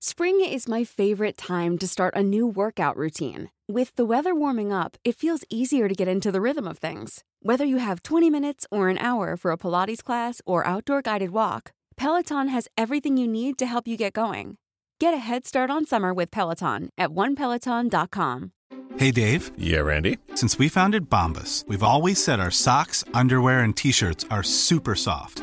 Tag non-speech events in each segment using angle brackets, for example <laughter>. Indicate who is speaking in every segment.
Speaker 1: Spring is my favorite time to start a new workout routine. With the weather warming up, it feels easier to get into the rhythm of things. Whether you have 20 minutes or an hour for a Pilates class or outdoor guided walk, Peloton has everything you need to help you get going. Get a head start on summer with Peloton at onepeloton.com.
Speaker 2: Hey Dave,
Speaker 3: Yeah, Randy.
Speaker 2: since we founded Bombus, we've always said our socks, underwear, and t shirts are super soft.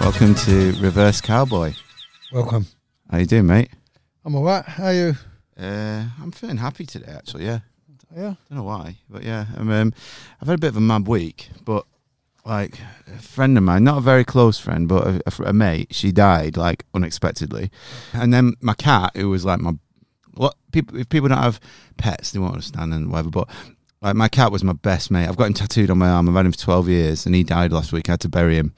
Speaker 4: Welcome to Reverse Cowboy.
Speaker 5: Welcome.
Speaker 4: How you doing, mate?
Speaker 5: I'm all right. How are you?
Speaker 4: Uh, I'm feeling happy today, actually. Yeah,
Speaker 5: Yeah.
Speaker 4: don't know why, but yeah, um, um, I've had a bit of a mad week. But like a friend of mine, not a very close friend, but a, a fr- a mate, she died like unexpectedly, and then my cat, who was like my what people if people don't have pets, they won't understand and whatever. But like my cat was my best mate. I've got him tattooed on my arm. I've had him for twelve years, and he died last week. I had to bury him,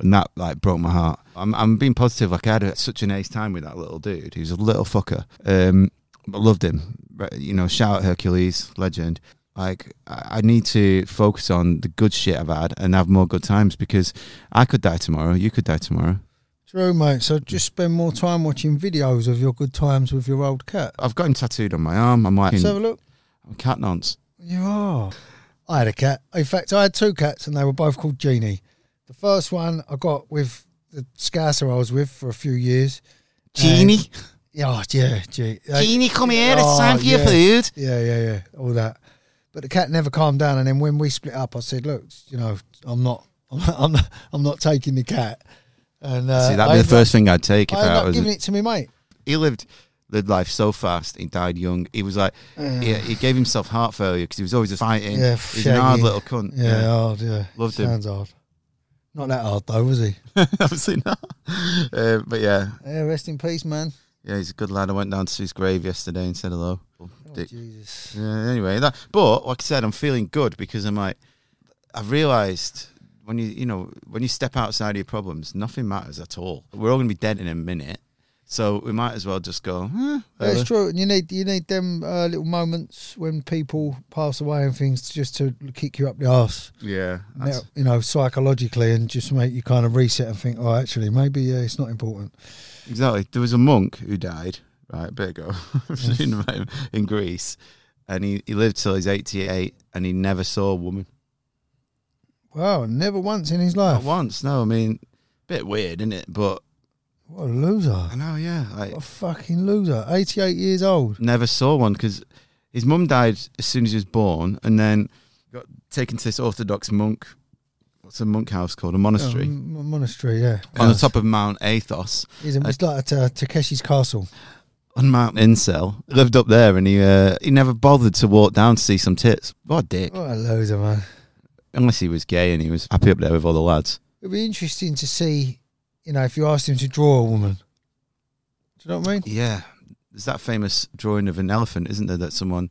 Speaker 4: and that like broke my heart. I'm I'm being positive. Like I had a, such an ace time with that little dude. He was a little fucker. Um, I loved him. Re- You know, shout out Hercules, legend. Like I I need to focus on the good shit I've had and have more good times because I could die tomorrow. You could die tomorrow.
Speaker 5: True, mate. So just spend more time watching videos of your good times with your old cat.
Speaker 4: I've got him tattooed on my arm. I'm like
Speaker 5: Let's have a look.
Speaker 4: I'm cat nonce.
Speaker 5: You are. I had a cat. In fact, I had two cats, and they were both called Genie. The first one I got with the scouser I was with for a few years.
Speaker 4: Genie,
Speaker 5: Yeah, oh, yeah, Genie.
Speaker 4: Genie, come here. It's
Speaker 5: Oh,
Speaker 4: time for
Speaker 5: yeah.
Speaker 4: your food.
Speaker 5: Yeah, yeah, yeah. All that. But the cat never calmed down. And then when we split up, I said, "Look, you know, I'm not, <laughs> I'm not, I'm not, I'm not taking the cat." And uh,
Speaker 4: See,
Speaker 5: I
Speaker 4: that'd be the
Speaker 5: ended
Speaker 4: first
Speaker 5: up-
Speaker 4: thing I'd take if
Speaker 5: I ended
Speaker 4: I,
Speaker 5: up
Speaker 4: was.
Speaker 5: giving it to me, mate.
Speaker 4: He lived lived life so fast. He died young. He was like, yeah, he gave himself heart failure because he was always just fighting.
Speaker 5: Yeah,
Speaker 4: He's an hard
Speaker 5: shaggy.
Speaker 4: little cunt.
Speaker 5: Yeah, hard. Yeah,
Speaker 4: Loved him.
Speaker 5: Sounds hard. Not that hard though, was he?
Speaker 4: <laughs> obviously not. Uh, but yeah,
Speaker 5: Yeah, rest in peace, man.
Speaker 4: yeah, he's a good lad. I went down to his grave yesterday and said hello.
Speaker 5: Oh,
Speaker 4: Dick.
Speaker 5: Jesus.
Speaker 4: Yeah, anyway, that, but like I said, I'm feeling good because I'm like, I've realised when you you know when you step outside of your problems, nothing matters at all. We're all gonna be dead in a minute, so we might as well just go. Eh,
Speaker 5: Yeah,
Speaker 4: whatever."
Speaker 5: it's true, and you need you need them uh, little moments when people pass away and things just to kick you up the arse,
Speaker 4: Yeah, that's-
Speaker 5: you know, psychologically, and just make you kind of reset and think, oh, actually, maybe yeah, it's not important.
Speaker 4: exactly. There was a monk who died, right, bit ago, <laughs> in, in Greece, and he, he lived till he's 88, and he never saw a woman.
Speaker 5: Wow, never once in his life.
Speaker 4: Not once. No, I mean, bit weird, isn't it? But
Speaker 5: What a loser!
Speaker 4: I know, yeah, like
Speaker 5: What a fucking loser! Eighty-eight years old.
Speaker 4: never saw one because his mum died as soon as he was born, and then got taken to this Orthodox monk. What's a monk house called? A monastery
Speaker 5: Oh, m- monastery, yeah.
Speaker 4: on the top of Mount Athos,
Speaker 5: He's a, it's like a, Takeshi's castle.
Speaker 4: on Mount Incel. Lived up there, and he uh, he never bothered to walk down to see some tits. What a dick!
Speaker 5: What a loser, man.
Speaker 4: Unless he was gay and he was happy up there with all the lads.
Speaker 5: It'd be interesting to see, you know, if you asked him to draw a woman. Do you know what I mean?
Speaker 4: Yeah, there's that famous drawing of an elephant, isn't there? That someone.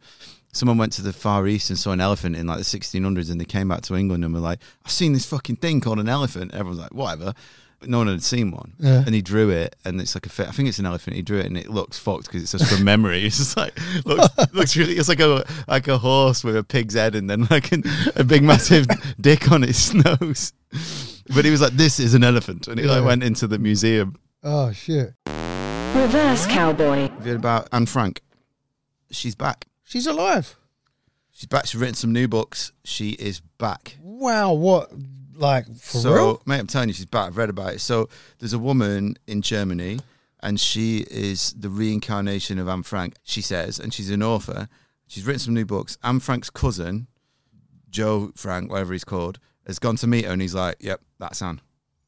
Speaker 4: Someone went to the Far East and saw an elephant in like the 1600s, and they came back to England and were like, "I've seen this fucking thing called an elephant." Everyone's like, "Whatever," but no one had seen one.
Speaker 5: Yeah.
Speaker 4: And he drew it, and it's like a fa- I think it's an elephant. He drew it, and it looks fucked because it's just from memory. <laughs> It's just like looks
Speaker 5: <laughs>
Speaker 4: looks really. It's like a like a horse with a pig's head, and then <laughs> like an, a big massive dick on its <laughs> nose. But he was like, "This is an elephant," and he like
Speaker 5: Yeah.
Speaker 4: went into the museum.
Speaker 5: Oh shit.
Speaker 4: Have you heard about Anne Frank? She's back.
Speaker 5: She's alive.
Speaker 4: She's back. She's written some new books. She is back.
Speaker 5: Wow, what like for
Speaker 4: so,
Speaker 5: real?
Speaker 4: mate, I'm telling you, she's back. I've read about it. So, there's a woman in Germany, and she is the reincarnation of Anne Frank, she says, and she's an author. She's written some new books. Anne Frank's cousin, Joe Frank, whatever he's called, has gone to meet her, and he's like, Yep, that's Anne.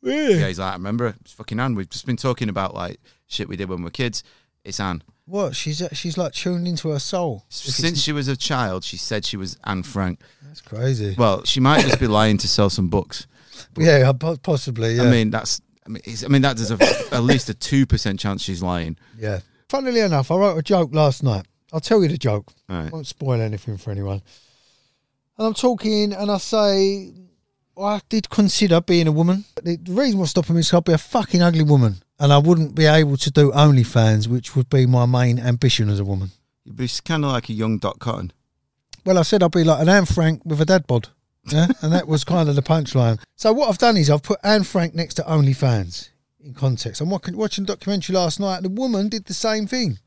Speaker 4: Yeah, he's like, I remember, it's fucking Anne. We've just been talking about like shit we did when we were kids. It's Anne.
Speaker 5: What? She's she's like tuned into her soul. If it's-
Speaker 4: Since she was a child, she said she was Anne Frank.
Speaker 5: that's crazy.
Speaker 4: <laughs> Well, she might just be lying to sell some books.
Speaker 5: yeah, po- possibly. Yeah.
Speaker 4: I mean, that's. I mean, it's, I mean that there's a, at least a two percent chance she's lying.
Speaker 5: Yeah. Funnily enough, I wrote a joke last night. I'll tell you the joke.
Speaker 4: All right.
Speaker 5: Won't spoil anything for anyone. And I'm talking, and I say, well, I did consider being a woman. But the the reason what's stopping me is 'cause I'd be a fucking ugly woman, and I wouldn't be able to do OnlyFans, which would be my main ambition as a woman.
Speaker 4: You'd be kind of like a young Doc Cotton.
Speaker 5: Well, I said I'd be like an Anne Frank with a dad bod. <laughs> Yeah? and that was kind of the punchline. So what I've done is I've put Anne Frank next to OnlyFans in context. I'm watching, watching a documentary last night. The woman did the same thing.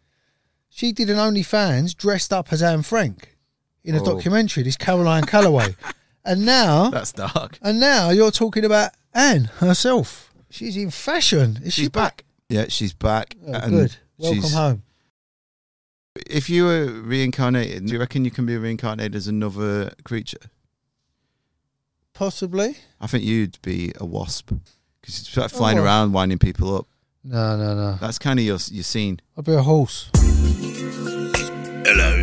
Speaker 5: She did an OnlyFans dressed up as Anne Frank in a
Speaker 4: Oh.
Speaker 5: documentary. This Caroline <laughs> Calloway, and now
Speaker 4: That's dark.
Speaker 5: and now you're talking about Anne herself. She's in fashion. Is she
Speaker 4: She's
Speaker 5: back?
Speaker 4: Yeah, she's back.
Speaker 5: Oh,
Speaker 4: and
Speaker 5: good. Welcome
Speaker 4: she's-
Speaker 5: home.
Speaker 4: If you were reincarnated, do you reckon you can be reincarnated as another creature?
Speaker 5: Possibly.
Speaker 4: I think you'd be a wasp because you're sort of flying
Speaker 5: Oh.
Speaker 4: around, winding people up.
Speaker 5: No, no, no.
Speaker 4: That's kind of your your scene.
Speaker 5: I'd be a horse.
Speaker 6: Hello,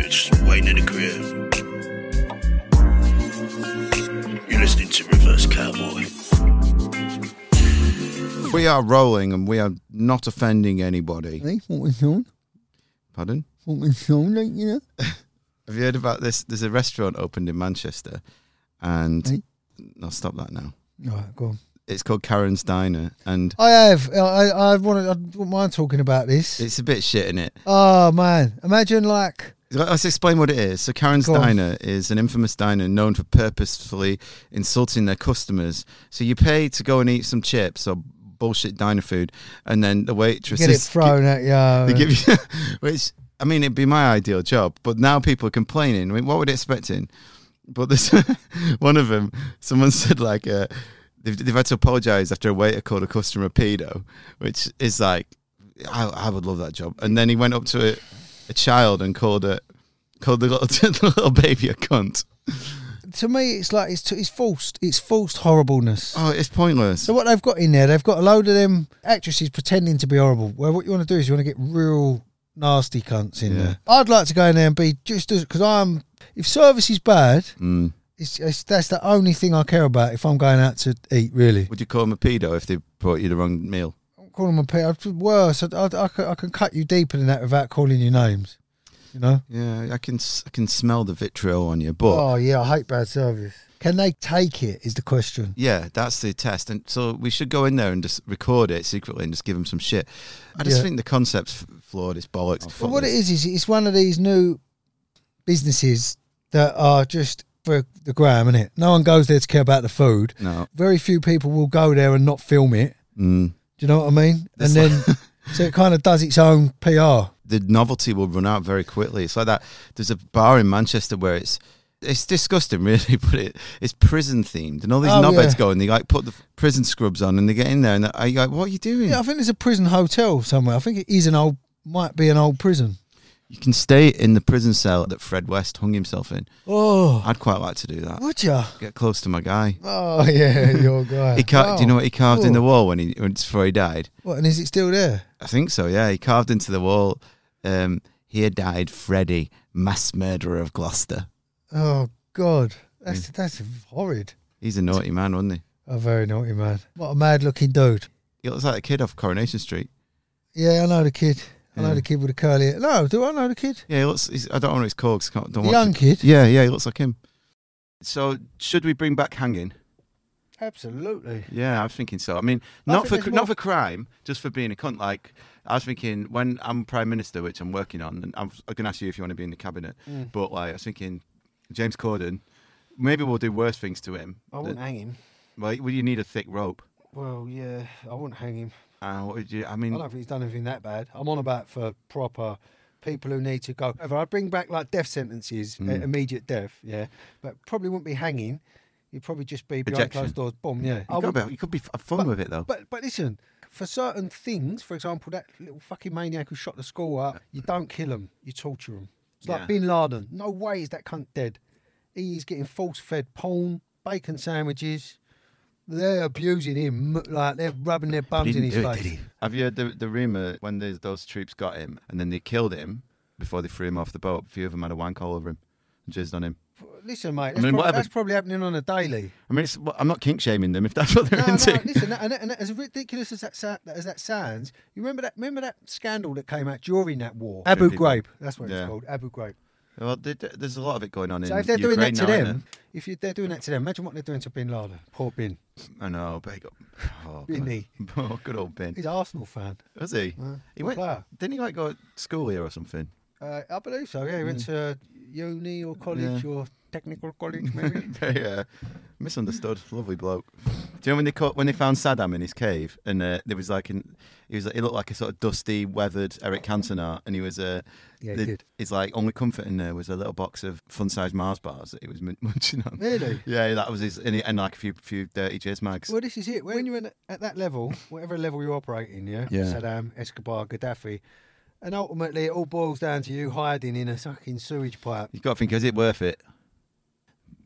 Speaker 6: it's Wayne in the crib. You're listening to Reverse Cowboy.
Speaker 4: We are rolling, and we are not offending anybody.
Speaker 5: Hey, what was on?
Speaker 4: Pardon.
Speaker 5: What was <laughs> on? Like, you know.
Speaker 4: Have you heard about this? There's a restaurant opened in Manchester, and
Speaker 5: Right.
Speaker 4: no, stop that now.
Speaker 5: All right, go on.
Speaker 4: It's called Karen's Diner, and
Speaker 5: I have. I I, I want. I don't mind talking about this.
Speaker 4: it's a bit shit in it.
Speaker 5: oh man, imagine like
Speaker 4: Let's explain what it is. So, Karen's
Speaker 5: Go on.
Speaker 4: Diner is an infamous diner known for purposefully insulting their customers. So, you pay to go and eat some chips or bullshit diner food, and then the waitress
Speaker 5: get it
Speaker 4: is-
Speaker 5: thrown at you.
Speaker 4: They give you, <laughs> which I mean, it'd be my ideal job, but now people are complaining. I mean, what were they expecting? But this <laughs> one of them, someone <laughs> said like, uh, they've, they've had to apologise after a waiter called a customer a pedo, which is like, I, I would love that job. And then he went up to a, a child and called it, called the little, <laughs> the little baby a cunt.
Speaker 5: to me, it's like it's t- it's forced. It's forced horribleness.
Speaker 4: Oh, it's pointless.
Speaker 5: So what they've got in there, they've got a load of them actresses pretending to be horrible. Where what you want to do is you want to get real nasty cunts in
Speaker 4: Yeah.
Speaker 5: there. I'd like to go in there and be just as because I'm. If service is bad,
Speaker 4: Mm.
Speaker 5: it's, it's that's the only thing I care about. If I'm going out to eat, really.
Speaker 4: Would you call him a pedo if they brought you the wrong meal?
Speaker 5: call them a pig. I'd- Worse, I, I, I, can, I can cut you deeper than that without calling you names. You know?
Speaker 4: Yeah, I can s- I can smell the vitriol on you, but
Speaker 5: Oh yeah, I hate bad service. Can they take it? Is the question.
Speaker 4: Yeah, that's the test. And so we should go in there and just record it secretly and just give them some shit. I just
Speaker 5: Yeah.
Speaker 4: think the concept's f- flawed. It's bollocks.
Speaker 5: But what it is is it's one of these new businesses that are just for the gram, innit? No one goes there to care about the food.
Speaker 4: No.
Speaker 5: Very few people will go there and not film it.
Speaker 4: Mm.
Speaker 5: Do you know what I mean? And
Speaker 4: It's
Speaker 5: then,
Speaker 4: <laughs>
Speaker 5: so it kind of does its own PR.
Speaker 4: The novelty will run out very quickly. It's like that. There's a bar in Manchester where it's it's disgusting, <laughs> really, but it, it's prison themed, and all these
Speaker 5: Oh,
Speaker 4: knobheads
Speaker 5: yeah.
Speaker 4: go and they like put the f- prison scrubs on and they get in there and I like, what are you doing?
Speaker 5: Yeah, I think there's a prison hotel somewhere. I think it is an old, might be an old prison.
Speaker 4: you can stay in the prison cell that Fred West hung himself in.
Speaker 5: Oh,
Speaker 4: I'd quite like to do that.
Speaker 5: would ya?
Speaker 4: Get close to my guy.
Speaker 5: Oh <laughs> yeah, your guy.
Speaker 4: He car- Do you know what he carved in the
Speaker 5: Oh, Cool.
Speaker 4: wall when he when- before he died?
Speaker 5: What and is it still there?
Speaker 4: I think so. Yeah, he carved into the wall. Um, here died Freddy, mass murderer of Gloucester.
Speaker 5: Oh God, that's
Speaker 4: Mm.
Speaker 5: that's horrid.
Speaker 4: He's a naughty man, wasn't he?
Speaker 5: A very naughty man. What a mad looking dude.
Speaker 4: He looks like a kid off Coronation Street.
Speaker 5: Yeah, I know the kid. I know
Speaker 4: Yeah.
Speaker 5: the kid with the curly. hair. No, do I know the kid?
Speaker 4: Yeah, he looks. He's, I don't know what it's called. 'cause I can't, don't
Speaker 5: The
Speaker 4: want
Speaker 5: young
Speaker 4: to-
Speaker 5: kid.
Speaker 4: Yeah, yeah, he looks like him. So, should we bring back hanging?
Speaker 5: Absolutely.
Speaker 4: Yeah, I'm thinking so. I mean,
Speaker 5: I
Speaker 4: not
Speaker 5: think
Speaker 4: for
Speaker 5: there's
Speaker 4: cr-
Speaker 5: more-
Speaker 4: not for crime, just for being a cunt. Like I was thinking, when I'm prime minister, which I'm working on, and I'm, I can ask you if you want to be in the cabinet.
Speaker 5: Mm.
Speaker 4: But like, I was thinking, James Corden, maybe we'll do worse things to him.
Speaker 7: I wouldn't hang him.
Speaker 4: Well, well, you need a thick rope.
Speaker 7: Well, yeah, I wouldn't hang him.
Speaker 4: Uh, what would you? I
Speaker 7: I
Speaker 4: mean,
Speaker 7: don't think he's done anything that bad. I'm on about for proper
Speaker 5: people who need to go. However, I bring back like death sentences,
Speaker 4: Mm.
Speaker 5: uh, immediate death, yeah, but probably wouldn't be hanging. You'd probably just be behind
Speaker 4: Ejection.
Speaker 5: closed doors. Boom, yeah. I
Speaker 4: You,
Speaker 5: would-
Speaker 4: got be, you could be f- fun with it though.
Speaker 5: but but listen, for certain things, for example, that little fucking maniac who shot the school up, you don't kill him, you torture him. It's
Speaker 4: Yeah.
Speaker 5: like Bin Laden. No way is that cunt dead. He's getting force-fed porn, bacon sandwiches. They're abusing him like they're rubbing their bums in his face.
Speaker 4: Have you heard the, the rumor when those, those troops got him and then they killed him before they threw him off the boat? A few of them had a wank all over him and jizzed on him.
Speaker 5: Listen, mate, that's,
Speaker 4: mean,
Speaker 5: prob-
Speaker 4: whatever-
Speaker 5: that's probably happening on a
Speaker 4: <laughs>
Speaker 5: daily.
Speaker 4: I mean, it's, well, I'm not kink shaming them if that's what they're
Speaker 5: No, no,
Speaker 4: into.
Speaker 5: listen, and, and as ridiculous as that, sa- as that sounds, you remember that remember that scandal that came out during that war? Abu
Speaker 4: people-
Speaker 5: Ghraib. That's what
Speaker 4: Yeah.
Speaker 5: it's called, Abu Ghraib.
Speaker 4: Well, th- th- there's a lot of it going on in
Speaker 5: So if they're doing
Speaker 4: Ukraine
Speaker 5: that to
Speaker 4: now, isn't
Speaker 5: them, if you, they're doing that to them, imagine what they're doing to Bin Laden. Poor Bin.
Speaker 4: there? I know, big up. Oh,
Speaker 5: Bin
Speaker 4: God.
Speaker 5: he?
Speaker 4: <laughs> Oh, good old Ben.
Speaker 5: He's an Arsenal fan.
Speaker 4: Was he? he went,
Speaker 5: player.
Speaker 4: didn't he like go to school here or something?
Speaker 5: Uh, I believe so. Yeah, he went to uni or college
Speaker 4: Yeah.
Speaker 5: or technical college, maybe.
Speaker 4: <laughs> Very uh, misunderstood, lovely bloke. Do you know when they caught, when they found Saddam in his cave and uh, there was like an, he was he looked like a sort of dusty, weathered Eric Cantona, and he was uh,
Speaker 5: Yeah, he
Speaker 4: the-
Speaker 5: did.
Speaker 4: His like only comfort in there was a little box of fun-sized Mars bars that he was mun- <laughs> munching on.
Speaker 5: Really?
Speaker 4: Yeah, that was his, and, he, and like a few few dirty jizz mags.
Speaker 5: <laughs> well, this is it. When you're in, at that level, whatever level you're operating, yeah,
Speaker 4: Yeah.
Speaker 5: Saddam, Escobar, Gaddafi, and ultimately it all boils down to you hiding in a fucking sewage pipe.
Speaker 4: You've got to think, is it worth it?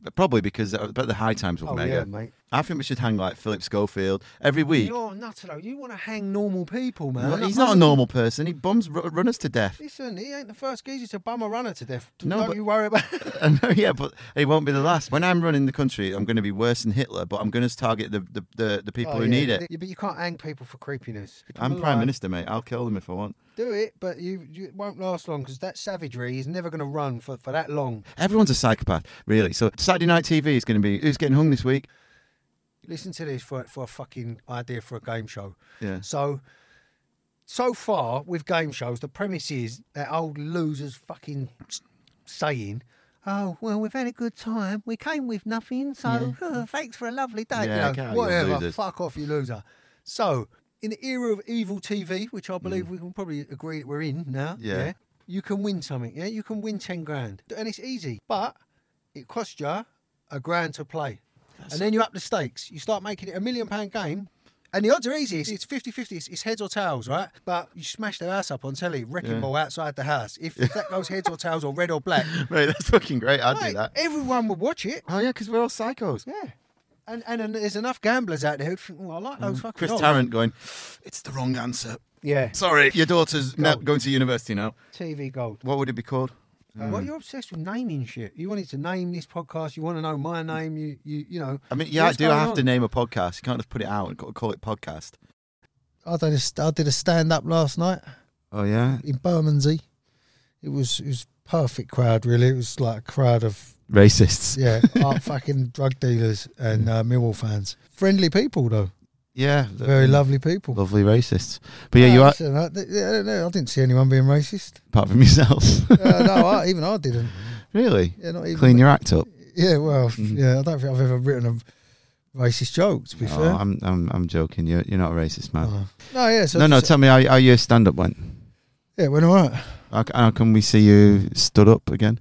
Speaker 4: But Probably because I bet the high times were
Speaker 5: Oh,
Speaker 4: mega.
Speaker 5: yeah, mate.
Speaker 4: I think we should hang like Philip Schofield every week.
Speaker 5: You're a nutter, You want to hang normal people, man.
Speaker 4: Well,
Speaker 5: Like,
Speaker 4: he's not a
Speaker 5: man,
Speaker 4: normal person. He bums r- runners to death.
Speaker 5: Listen, he ain't the first geezer to bum a runner to death.
Speaker 4: No,
Speaker 5: Don't
Speaker 4: but-
Speaker 5: you worry about
Speaker 4: <laughs> I know, yeah, but he won't be the last. When I'm running the country, I'm going to be worse than Hitler, but I'm going to target the, the, the, the people
Speaker 5: Oh,
Speaker 4: who
Speaker 5: yeah,
Speaker 4: need
Speaker 5: but
Speaker 4: it.
Speaker 5: th- But you can't hang people for creepiness.
Speaker 4: I'm
Speaker 5: Become a
Speaker 4: prime
Speaker 5: liar.
Speaker 4: minister, mate. I'll kill them if I want.
Speaker 5: Do it, but you, you it won't last long because that savagery is never going to run for, for that long.
Speaker 4: Everyone's a psychopath, really. So Saturday night TV is going to be who's getting hung this week. <laughs>
Speaker 5: Listen to this for for a fucking idea for a game show.
Speaker 4: Yeah.
Speaker 5: So, so far with game shows, the premise is that old losers fucking s- saying. Oh well, we've had a good time. We came with nothing, so uh, <laughs> thanks for a lovely day.
Speaker 4: Yeah,
Speaker 5: you
Speaker 4: get out,
Speaker 5: know,
Speaker 4: you
Speaker 5: whatever,
Speaker 4: losers.
Speaker 5: fuck off, you loser. So, in the era of evil TV, which I believe we can probably agree that we're in now,
Speaker 4: Mm. Yeah.
Speaker 5: you can win something. Yeah, you can win ten grand, and it's easy, but it costs you a grand to play. and then you up the stakes. You start making it a million pound game. And the odds are easy. It's- It's 50 50. It's heads or tails, right? But you smash the house up on telly, wrecking
Speaker 4: Yeah.
Speaker 5: ball outside the house. If, if that goes heads or tails or red or black,
Speaker 4: Mate, that's fucking great. <laughs> I'd do
Speaker 5: mate,
Speaker 4: that.
Speaker 5: everyone would watch it.
Speaker 4: Oh, yeah, because we're all psychos.
Speaker 5: Yeah. And, and and there's enough gamblers out there who think, oh, I like those fucking
Speaker 4: Mm. Chris
Speaker 5: odds."
Speaker 4: Tarrant going, it's the wrong answer.
Speaker 5: Yeah.
Speaker 4: Sorry, your daughter's now going to university now.
Speaker 5: TV Gold.
Speaker 4: What would it be called? Mm.
Speaker 5: Well, you're obsessed with naming shit. You wanted to name this podcast. You want to know my name. You, you, you know.
Speaker 4: I mean, yeah,
Speaker 5: What's
Speaker 4: I do
Speaker 5: going
Speaker 4: have
Speaker 5: on?
Speaker 4: to name a podcast. You can't just put it out and ca- call it podcast.
Speaker 5: I did a, I did a stand up last night.
Speaker 4: Oh yeah,
Speaker 5: in Bermondsey. It was it was perfect crowd really. It was like a crowd of
Speaker 4: racists. <laughs>
Speaker 5: yeah, art fucking drug dealers and uh, Millwall fans. Friendly people though,
Speaker 4: Yeah, um,
Speaker 5: very lovely people.
Speaker 4: lovely racists. But Mm. yeah, you are
Speaker 5: Listen, I, th- yeah, I don't know, I didn't see anyone being racist.
Speaker 4: apart from <laughs> yourself.
Speaker 5: Uh, no, I, even I didn't.
Speaker 4: <laughs> really,
Speaker 5: Yeah, not even.
Speaker 4: clean Mm. your act up.
Speaker 5: Yeah, well, yeah, I don't think I've ever written a racist joke. To be
Speaker 4: Oh,
Speaker 5: fair,
Speaker 4: I'm, I'm, I'm joking. You're, you're not a racist, man.
Speaker 5: Oh. no, yeah, so
Speaker 4: no, no.
Speaker 5: so-
Speaker 4: Tell me how, how your stand up went.
Speaker 5: yeah, it went all right.
Speaker 4: How, c- how can we see you stood up again?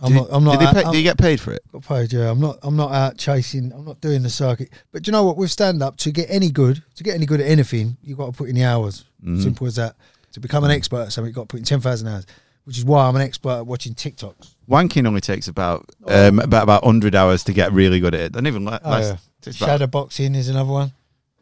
Speaker 5: I'm
Speaker 4: Did-
Speaker 5: not. I'm not.
Speaker 4: Did
Speaker 5: out-
Speaker 4: they pay,
Speaker 5: I'm-
Speaker 4: do you get paid for it?
Speaker 5: Got paid, yeah. I'm not. I'm not out chasing. I'm not doing the circuit. But do you know what? With stand up, to get any good, to get any good at
Speaker 4: Mm-hmm.
Speaker 5: anything, you have got to put in the hours. Simple as that. To become an expert at something, you have got to put in ten thousand hours. which is why I'm an expert at watching TikToks.
Speaker 4: Wanking only takes about um, about about hundred hours to get really good at it. And even le-
Speaker 5: Oh,
Speaker 4: less.
Speaker 5: yeah.
Speaker 4: it's about-
Speaker 5: Shadow boxing is another one.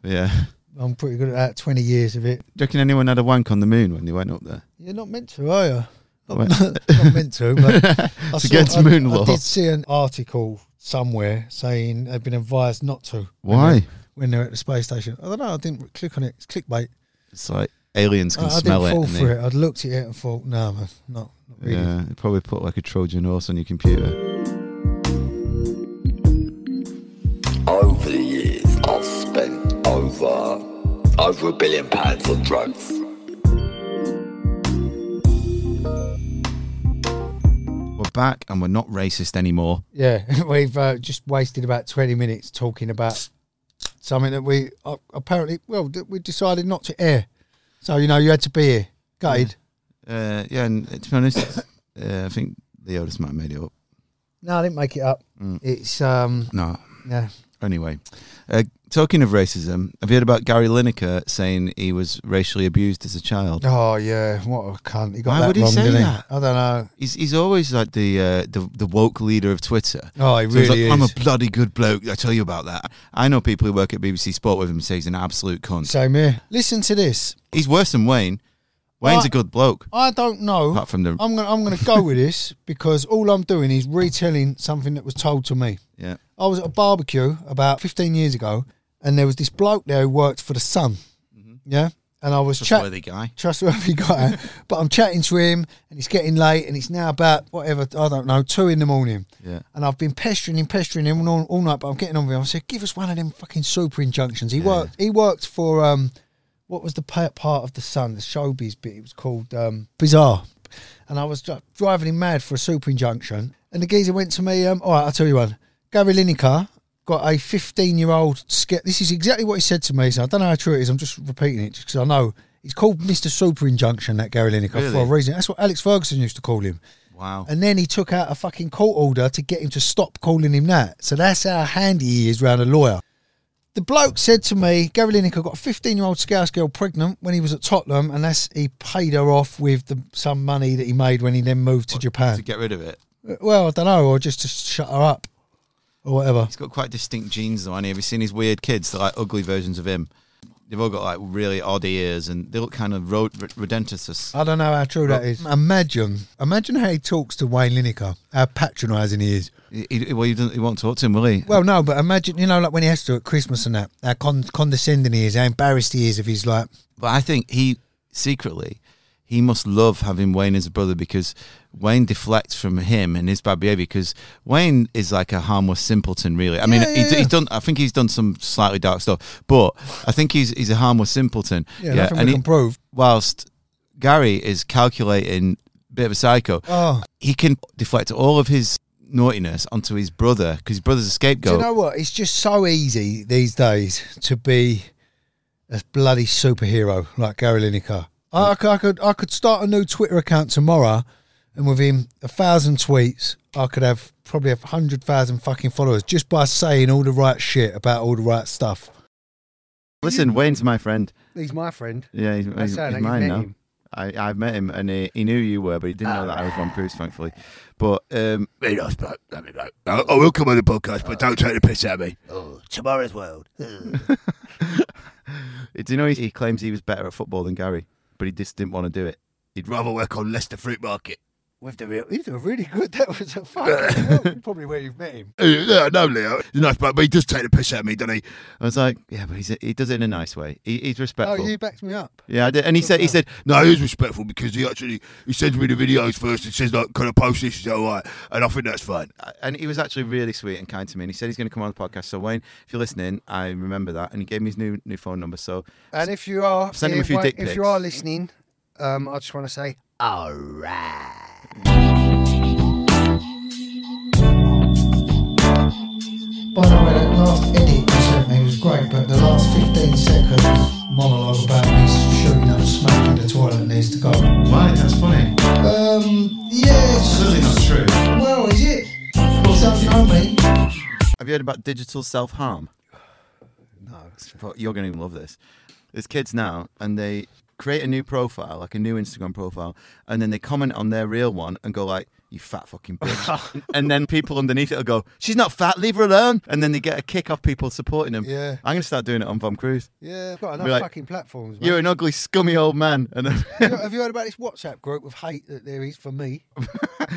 Speaker 4: yeah.
Speaker 5: I'm pretty good at that. Twenty years of it.
Speaker 4: Do you reckon anyone had a wank on the moon when they went up there?
Speaker 5: You're not meant to, are you?
Speaker 4: Well-
Speaker 5: Not, <laughs> not meant to,
Speaker 4: <laughs>
Speaker 5: but I
Speaker 4: it's
Speaker 5: saw-
Speaker 4: against
Speaker 5: I-
Speaker 4: moon law.
Speaker 5: I did see an article somewhere saying they've been advised not to. when
Speaker 4: Why?
Speaker 5: they're- When they're at the space station. I don't know. I didn't click on it. It's clickbait.
Speaker 4: It's like aliens
Speaker 5: I,
Speaker 4: can
Speaker 5: I
Speaker 4: smell
Speaker 5: didn't
Speaker 4: it.
Speaker 5: fall
Speaker 4: and
Speaker 5: for
Speaker 4: they-
Speaker 5: it. I'd looked at it and thought, no, man, not, not really.
Speaker 4: Yeah, you probably put like a Trojan horse on your computer.
Speaker 8: Over the years, I've spent over over a billion pounds on drugs.
Speaker 4: We're back and we're not racist anymore.
Speaker 5: Yeah, <laughs> we've uh, just wasted about 20 minutes talking about something that we uh, apparently, well, d- we decided not to air. So, you know, you had to be here. Gutted.
Speaker 4: Uh, yeah, and to be honest, <laughs> uh, I think Leo just might have made it up.
Speaker 5: No, I didn't make it up.
Speaker 4: Mm.
Speaker 5: It's, um,
Speaker 4: No.
Speaker 5: yeah.
Speaker 4: Anyway, uh, talking of racism, have you heard about Gary Lineker saying he was racially abused as a child?
Speaker 5: Oh, yeah. What a cunt. He got
Speaker 4: Why
Speaker 5: that
Speaker 4: would he
Speaker 5: wrong,
Speaker 4: say
Speaker 5: didn't
Speaker 4: that?
Speaker 5: he? I don't know.
Speaker 4: He's, he's always like the, uh, the the woke leader of Twitter.
Speaker 5: Oh, he
Speaker 4: So he's
Speaker 5: really
Speaker 4: like, I'm a
Speaker 5: is.
Speaker 4: bloody good bloke. I tell you about that. I know people who work at BBC Sport with him say he's an absolute cunt.
Speaker 5: Same here. Listen to this.
Speaker 4: he's worse than Wayne. Wayne's
Speaker 5: I-
Speaker 4: a good bloke.
Speaker 5: I don't know.
Speaker 4: Apart from the-
Speaker 5: I'm gonna I'm gonna
Speaker 4: <laughs>
Speaker 5: go with this because all I'm doing is retelling something that was told to me.
Speaker 4: Yeah.
Speaker 5: I was at a barbecue about 15 years ago, and there was this bloke there who worked for the Sun. Yeah, and I was chatting.
Speaker 4: Mm-hmm.
Speaker 5: Trustworthy
Speaker 4: Trustworthy guy.
Speaker 5: guy,
Speaker 4: <laughs>
Speaker 5: but I'm chatting to him, and it's getting late, and it's now about whatever I don't know, two in the morning.
Speaker 4: Yeah.
Speaker 5: And I've been pestering him, pestering him all, all night, but I'm getting on with him. I said, "Give us one of them fucking super injunctions." He worked. He worked for um, what was the pa- part of the Sun, the showbiz bit? It was called um, Bizarre. And I was dri- driving him mad for a super injunction. And the geezer went to me, um, "All right, I'll tell you one. Gary Lineker got a 15-year-old sketch. This is exactly what he said to me. So I don't know how true it is. I'm just repeating it because I know." He's called Mr. Super Injunction, that Gary Lineker, for a
Speaker 4: Really?
Speaker 5: reason. That's what Alex Ferguson used to call him.
Speaker 4: Wow.
Speaker 5: And then he took out a fucking court order to get him to stop calling him that. So that's how handy he is round a lawyer. The bloke said to me, Gary Lineker got a 15 year old Scouse girl pregnant when he was at Tottenham, and that's, he paid her off with the, some money that he made when he then moved to
Speaker 4: to
Speaker 5: Japan.
Speaker 4: get rid of it.
Speaker 5: Well, I don't know, or just to shut her up or whatever.
Speaker 4: He's got quite distinct genes, though. And have you seen his weird kids? They're like ugly versions of him. They've all got like really odd ears, and they look kind of ro- redentous.
Speaker 5: I don't know how true that is. Imagine, imagine how he talks to Wayne Lineker, how patronising he is.
Speaker 4: He, he- well, he, doesn't, he won't talk to him, will he?
Speaker 5: Well, no, but imagine, you know, like when he has to at Christmas and that, how con- condescending he is, how embarrassed he is if he's like,
Speaker 4: But I think he secretly he must love having Wayne as a brother because Wayne deflects from him and his bad behavior because Wayne is like a harmless simpleton, really. I mean,
Speaker 5: Yeah,
Speaker 4: he,
Speaker 5: yeah,
Speaker 4: he's
Speaker 5: yeah.
Speaker 4: done. I think he's done some slightly dark stuff, but I think he's he's a harmless simpleton.
Speaker 5: Yeah, nothing we can prove.
Speaker 4: Whilst Gary is calculating, bit of a psycho.
Speaker 5: Oh.
Speaker 4: He can deflect all of his naughtiness onto his brother because his brother's a
Speaker 5: Do
Speaker 4: scapegoat.
Speaker 5: you know what? It's just so easy these days to be a bloody superhero like Gary Lineker. I, I could- I could I could start a new Twitter account tomorrow, and within a thousand tweets, I could have probably a hundred thousand fucking followers just by saying all the right shit about all the right stuff.
Speaker 4: Listen, Wayne's my friend.
Speaker 5: He's my friend.
Speaker 4: Yeah, he's,
Speaker 5: That's
Speaker 4: he's,
Speaker 5: how
Speaker 4: he's
Speaker 5: you
Speaker 4: mine
Speaker 5: met
Speaker 4: now.
Speaker 5: him.
Speaker 4: I, I met him and he, he knew you were, but he didn't know that I was Von Proust, thankfully. But um, <sighs>
Speaker 6: Very nice bloke. Lovely bloke. I, I will come on the podcast, but don't take the piss out of me.
Speaker 8: Oh, tomorrow's world. <laughs>
Speaker 4: do you know he, he claims he was better at football than Gary, but he just didn't want to do it. He'd
Speaker 6: I'd rather work on Leicester Fruit Market.
Speaker 5: With the real, he's really good. <laughs> That was a fucking probably where you've met him.
Speaker 6: Uh, yeah, I know, Leo. He's a nice bloke, but he does take the piss out of me, doesn't he?
Speaker 4: I was like, yeah, but he's, he does it in a nice way. He, he's
Speaker 5: Oh,
Speaker 4: respectful.
Speaker 5: you backed me up.
Speaker 4: yeah, I did. and he said he said
Speaker 6: No, he is respectful because he actually he sends me the videos first and says, like, can I post this? Is that all right? And I think that's fine.
Speaker 4: and he was actually really sweet and kind to me. And he said he's going to come on the podcast. So Wayne, if you're listening, I remember that. And he gave me his new new phone number. So
Speaker 5: And if you are,
Speaker 4: Send him a
Speaker 5: if
Speaker 4: few
Speaker 5: I-
Speaker 4: dick
Speaker 5: if you
Speaker 4: pics.
Speaker 5: are listening, um, I just want to say
Speaker 8: All right.
Speaker 5: By the way, that last edit you sent me was great, but the last 15 seconds monologue about me shooting up smoke in the toilet needs to go.
Speaker 4: why? That's funny.
Speaker 5: Um, yes.
Speaker 4: true.
Speaker 5: Well, is it? You don't know me.
Speaker 4: Have you heard about digital self harm? No. You're going to love this. There's kids now, and they create a new profile, like a new Instagram profile, and then they comment on their real one and go like, "You fat fucking bitch," and then people underneath it will go, "She's not fat, leave her alone," and then they get a kick off people supporting them.
Speaker 5: Yeah.
Speaker 4: I'm gonna start doing it on Vom Cruise.
Speaker 5: Yeah, I've got
Speaker 4: Be
Speaker 5: enough
Speaker 4: like,
Speaker 5: fucking platforms,
Speaker 4: You're
Speaker 5: man.
Speaker 4: an ugly, scummy old man. And then,
Speaker 5: You know, have you heard about this WhatsApp group of hate that there is for me?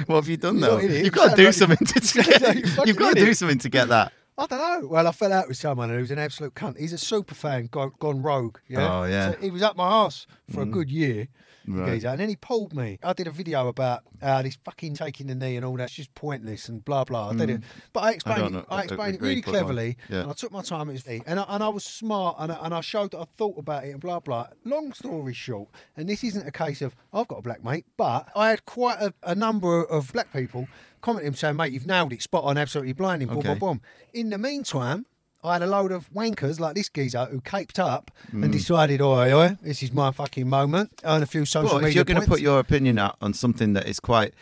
Speaker 4: what have you done
Speaker 5: You're
Speaker 4: though?
Speaker 5: an idiot.
Speaker 4: You've got to
Speaker 5: You
Speaker 4: do
Speaker 5: sound like
Speaker 4: something
Speaker 5: you-
Speaker 4: to
Speaker 5: you sound like
Speaker 4: get.
Speaker 5: you
Speaker 4: You've
Speaker 5: fucking
Speaker 4: got to do
Speaker 5: idiot.
Speaker 4: something to get that.
Speaker 5: I don't know. Well, I fell out with someone who was an absolute cunt. He's a super fan gone, gone rogue. Yeah?
Speaker 4: Oh, yeah. Mm.
Speaker 5: So he was up my arse for a good year.
Speaker 4: Right.
Speaker 5: geezer, And then he pulled me. I did a video about uh, this fucking taking the knee and all that's just pointless and blah blah. I did it, but I
Speaker 4: don't
Speaker 5: explained
Speaker 4: know.
Speaker 5: it. I
Speaker 4: Mm. I- I
Speaker 5: explained it
Speaker 4: agree
Speaker 5: really
Speaker 4: with that one.
Speaker 5: cleverly.
Speaker 4: Yeah.
Speaker 5: And I took my time. It was, and I, and I was smart and I, and I showed that I thought about it and blah blah. Long story short, and this isn't a case of I've got a black mate, but I had quite a, a number of black people commenting saying, "Mate, you've nailed it, spot on, absolutely blinding." Boom,
Speaker 4: Okay.
Speaker 5: boom, boom. In the meantime. I had a load of wankers like this geezer who caped up
Speaker 4: Mm.
Speaker 5: and decided, oi, oi, this is my fucking moment. Earn a few social
Speaker 4: But
Speaker 5: media
Speaker 4: if you're going to
Speaker 5: points.
Speaker 4: put your opinion out on something that is quite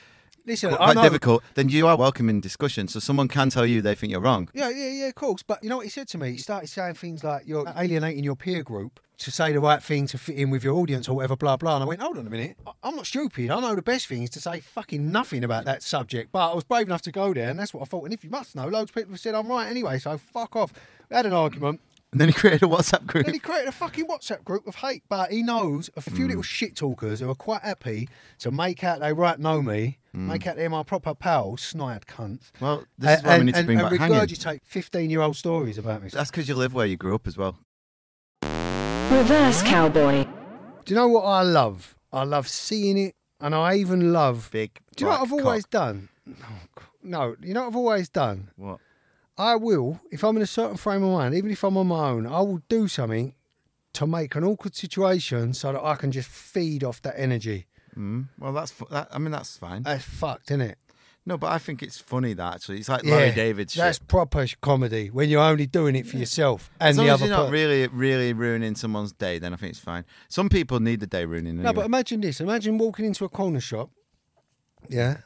Speaker 5: Listen, I
Speaker 4: quite
Speaker 5: know-
Speaker 4: difficult, then you are welcome in discussion. So someone can tell you they think you're wrong. <laughs>
Speaker 5: Yeah, yeah, yeah, of course. But you know what he said to me? He started saying things like, you're alienating your peer group to say the right thing to fit in with your audience or whatever, blah, blah. And I went, hold on a minute. I- I'm not stupid. I know the best thing is to say fucking nothing about that subject. But I was brave enough to go there, and that's what I thought. And if you must know, loads of people have said I'm right anyway, so fuck off. We had an argument.
Speaker 4: And then he created a WhatsApp <laughs> group.
Speaker 5: Then he created a fucking WhatsApp group of hate, but he knows a
Speaker 4: Hmm.
Speaker 5: few little shit talkers who are quite happy to make out they right know me, make out they're my proper pals, snide cunts.
Speaker 4: Hmm. Well, this is why we
Speaker 5: and,
Speaker 4: need to
Speaker 5: and,
Speaker 4: bring
Speaker 5: and
Speaker 4: back hanging.
Speaker 5: regurgitate fifteen-year-old stories about me.
Speaker 4: That's because you live where you grew up as well.
Speaker 9: Reverse cowboy.
Speaker 5: Do you know what I love? I love seeing it, and I even love.
Speaker 4: Big
Speaker 5: Do you know what I've
Speaker 4: black
Speaker 5: always
Speaker 4: cock.
Speaker 5: done? No, you know what I've always done.
Speaker 4: What?
Speaker 5: I will, if I'm in a certain frame of mind, even if I'm on my own, I will do something to make an awkward situation so that I can just feed off that energy.
Speaker 4: Well, that's fu- that, I mean that's fine.
Speaker 5: That's fucked, isn't it?
Speaker 4: no, but I think it's funny that actually it's like Larry David shit.
Speaker 5: That's proper sh- comedy when you're only doing it for yourself and
Speaker 4: as long
Speaker 5: the
Speaker 4: as
Speaker 5: other
Speaker 4: you're not
Speaker 5: per-
Speaker 4: really, really ruining someone's day, then I think it's fine. Some people need the day ruining.
Speaker 5: No, but
Speaker 4: anyway.
Speaker 5: imagine this. Imagine walking into a corner shop, yeah,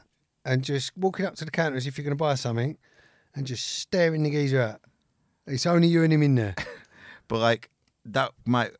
Speaker 5: and just walking up to the counter as if you're going to buy something and just staring the geezer out. It's only you and him in there.
Speaker 4: but like that might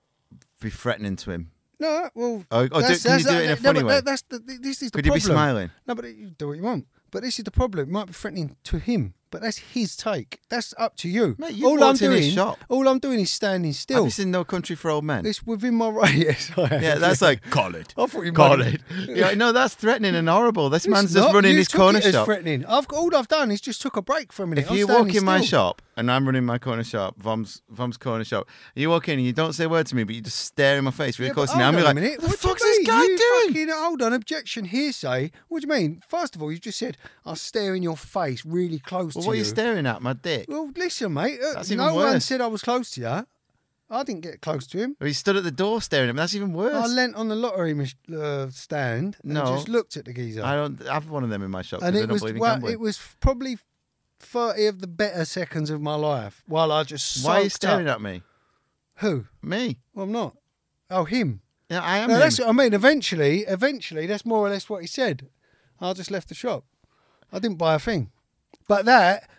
Speaker 4: be threatening to him.
Speaker 5: No, well,
Speaker 4: Oh, oh, do-
Speaker 5: that's-
Speaker 4: can you
Speaker 5: that's-
Speaker 4: do it in
Speaker 5: no,
Speaker 4: a funny
Speaker 5: but
Speaker 4: way?
Speaker 5: that- that's the, th- this is the
Speaker 4: Could you be
Speaker 5: problem.
Speaker 4: smiling?
Speaker 5: No, but you do what you want. But this is the problem. It might be threatening to him, but that's his take. That's up to you.
Speaker 4: Mate, you've walked in his shop.
Speaker 5: all I'm doing is standing
Speaker 4: Have
Speaker 5: still.
Speaker 4: you seen No Country for Old Men?
Speaker 5: It's within my right. <laughs> Yes, I have.
Speaker 4: Yeah, that's like call it.
Speaker 5: I thought you
Speaker 4: Call
Speaker 5: meant-
Speaker 4: it. <laughs> Yeah, no, that's threatening and horrible. This
Speaker 5: It's
Speaker 4: man's just
Speaker 5: not.
Speaker 4: running
Speaker 5: You
Speaker 4: his
Speaker 5: took
Speaker 4: corner
Speaker 5: it as
Speaker 4: shop.
Speaker 5: Threatening. I've got, all I've done is just took a break for a minute.
Speaker 4: If
Speaker 5: I'm
Speaker 4: you
Speaker 5: standing
Speaker 4: walk in my
Speaker 5: still.
Speaker 4: shop and I'm running my corner shop, Vom's Vom's corner shop, you walk in and you don't say a word to me, but you just stare in my face really
Speaker 5: Yeah,
Speaker 4: close
Speaker 5: but
Speaker 4: to me. I'm
Speaker 5: hold
Speaker 4: like,
Speaker 5: on a minute.
Speaker 4: what the
Speaker 5: What do you
Speaker 4: fuck's this
Speaker 5: mean?
Speaker 4: guy
Speaker 5: You
Speaker 4: doing?
Speaker 5: Fucking, hold on, objection, hearsay. What do you mean? First of all, you just said I stare in your face really close
Speaker 4: Well,
Speaker 5: to
Speaker 4: what are
Speaker 5: you.
Speaker 4: you staring at? My dick.
Speaker 5: Well, listen, mate. uh,
Speaker 4: That's
Speaker 5: no
Speaker 4: even
Speaker 5: one
Speaker 4: worse.
Speaker 5: said I was close to you. I didn't get close to him.
Speaker 4: Or he stood at the door staring at me. That's even
Speaker 5: I
Speaker 4: worse.
Speaker 5: leant on the lottery mach- uh, stand and
Speaker 4: No.
Speaker 5: just looked at the geezer.
Speaker 4: I don't have one of them in my shop
Speaker 5: and
Speaker 4: because I
Speaker 5: it
Speaker 4: don't
Speaker 5: was
Speaker 4: believe in
Speaker 5: well,
Speaker 4: gambling.
Speaker 5: it was probably thirty of the better seconds of my life while I just
Speaker 4: Why are you
Speaker 5: soaked
Speaker 4: staring
Speaker 5: up.
Speaker 4: at me?
Speaker 5: Who?
Speaker 4: Me.
Speaker 5: Well, I'm not. Oh, him.
Speaker 4: Yeah, I am.
Speaker 5: no,
Speaker 4: him.
Speaker 5: that's what I mean. Eventually, eventually, that's more or less what he said. I just left the shop. I didn't buy a thing. But that,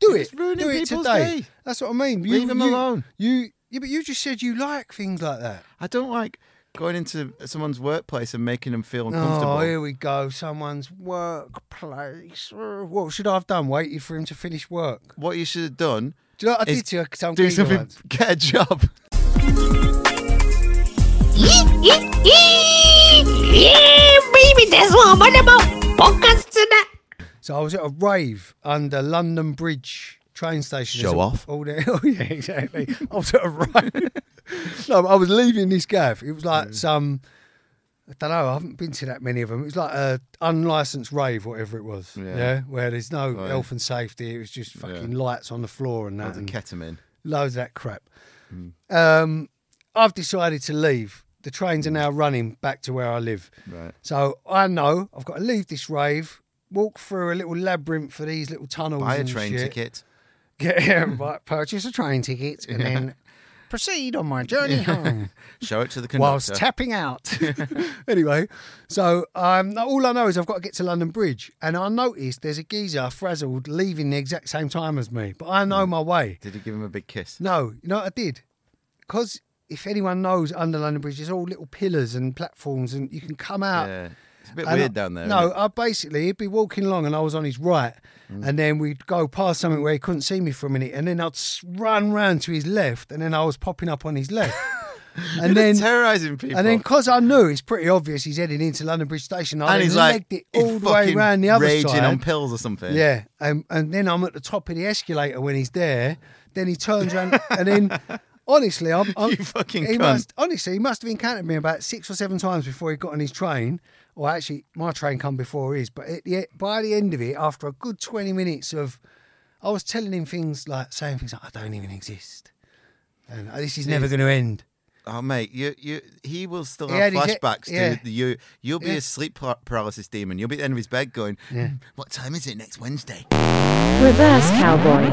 Speaker 5: do
Speaker 4: It's
Speaker 5: it.
Speaker 4: ruining
Speaker 5: do it
Speaker 4: people's
Speaker 5: today.
Speaker 4: day.
Speaker 5: That's what I mean. You,
Speaker 4: Leave 'em
Speaker 5: you-
Speaker 4: alone.
Speaker 5: You, yeah, but you just said you like things like that.
Speaker 4: I don't like going into someone's workplace and making them feel uncomfortable.
Speaker 5: Oh, here we go. Someone's workplace. Uh, What should I have done? Waited for him to finish work.
Speaker 4: What you should have done
Speaker 5: Do you know what I
Speaker 4: is
Speaker 5: did to some
Speaker 4: do
Speaker 5: geezer
Speaker 4: something,
Speaker 5: once?
Speaker 4: get a job.
Speaker 9: Yeah, baby, that's what I'm on about. Podcast tonight.
Speaker 5: So I was at a rave under London Bridge train station.
Speaker 4: Show
Speaker 5: There's a-
Speaker 4: off.
Speaker 5: All day. <laughs> Oh yeah, exactly. I was at a rave. <laughs> no, but I was leaving this gaff. It was
Speaker 4: Mm.
Speaker 5: like some. I don't know. I haven't been to that many of them. It was like a unlicensed rave, whatever it was. Yeah.
Speaker 4: Yeah.
Speaker 5: where there's no health and safety. It was just fucking lights on the floor and that.
Speaker 4: Loads of
Speaker 5: and-
Speaker 4: ketamine.
Speaker 5: loads of that crap.
Speaker 4: Hmm.
Speaker 5: Um, I've decided to leave. The trains are now running back to where I live.
Speaker 4: Right.
Speaker 5: So I know I've got to leave this rave, walk through a little labyrinth for these little tunnels.
Speaker 4: Buy a
Speaker 5: and
Speaker 4: train
Speaker 5: shit. <laughs>
Speaker 4: ticket.
Speaker 5: Get
Speaker 4: <laughs>
Speaker 5: here and buy- purchase a train ticket and then proceed on my journey home
Speaker 4: Show it
Speaker 5: <laughs>
Speaker 4: to the <laughs> conductor.
Speaker 5: whilst tapping
Speaker 4: <laughs>
Speaker 5: out. <laughs> anyway, so um, all I know is I've got to get to London Bridge, and I noticed there's a geezer frazzled leaving the exact
Speaker 4: Hmm.
Speaker 5: same time as me, but I know my way.
Speaker 4: Did you give him a big kiss?
Speaker 5: No, you know what I did? Because if anyone knows under London Bridge, it's all little pillars and platforms, and you can come out.
Speaker 4: Yeah. It's a bit
Speaker 5: And I-
Speaker 4: weird down there.
Speaker 5: No,
Speaker 4: isn't it? Mm.
Speaker 5: I basically he'd be walking along, and I was on his right, and then we'd go past something where he couldn't see me for a minute, and then I'd s- run round to his left, and then I was popping up on his
Speaker 4: <laughs>
Speaker 5: left.
Speaker 4: You're just terrorising people.
Speaker 5: And then, because I knew it's pretty obvious he's heading into London Bridge Station, I
Speaker 4: and he's like
Speaker 5: legged it all
Speaker 4: he's
Speaker 5: the way
Speaker 4: fucking
Speaker 5: around the other
Speaker 4: raging
Speaker 5: side.
Speaker 4: on pills or something.
Speaker 5: Yeah, um, and then I'm at the top of the escalator when he's there. Then he turns around, and then
Speaker 4: <laughs>
Speaker 5: honestly, I'm, I'm
Speaker 4: You fucking
Speaker 5: he
Speaker 4: cunt.
Speaker 5: must honestly he must have encountered me about six or seven times before he got on his train. Or actually, my train come before his. But at the, e, by the end of it, after a good twenty minutes of, I was telling him things like saying things like I don't even exist, and uh, this is never going to end.
Speaker 4: Oh mate, you you he will still
Speaker 5: He
Speaker 4: have
Speaker 5: had his-
Speaker 4: flashbacks
Speaker 5: yeah.
Speaker 4: to the, you. You'll be
Speaker 5: Yeah.
Speaker 4: a sleep par- paralysis demon. You'll be at the end of his bed going,
Speaker 5: Yeah.
Speaker 4: "Hmm, "What time is it next Wednesday?"
Speaker 10: Reverse cowboy.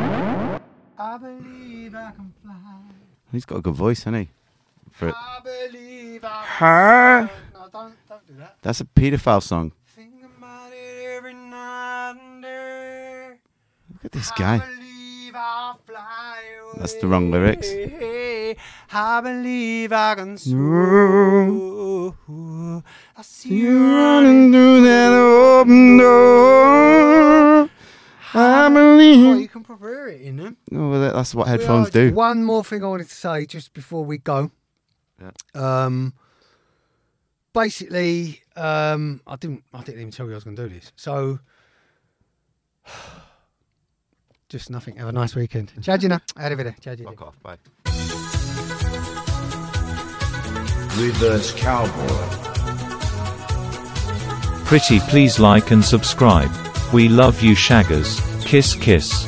Speaker 5: I believe I can fly.
Speaker 4: He's got a good voice, hasn't he? For it.
Speaker 5: I believe I can
Speaker 4: Huh?
Speaker 5: No, don't don't do that.
Speaker 4: That's a paedophile song.
Speaker 5: Think about it every night and day.
Speaker 4: Look at this guy.
Speaker 5: believe I'll fly
Speaker 4: That's the wrong lyrics.
Speaker 5: away. I believe I can
Speaker 4: No.
Speaker 5: soar. I see
Speaker 4: You running through that open door. I
Speaker 5: Oh,
Speaker 4: believe.
Speaker 5: you can put it in them.
Speaker 4: No, well, that- that's what headphones do.
Speaker 5: One more thing I wanted to say just before we go. Um, basically, um, I didn't. I didn't even tell you I was going to do this. So, <sighs> just nothing. Have a nice weekend. Ciao, Gina. Arrivederci. Ciao, Gina.
Speaker 4: Fuck off. Bye.
Speaker 11: Reverse cowboy.
Speaker 3: Pretty please like and subscribe. We love you shaggers. Kiss kiss.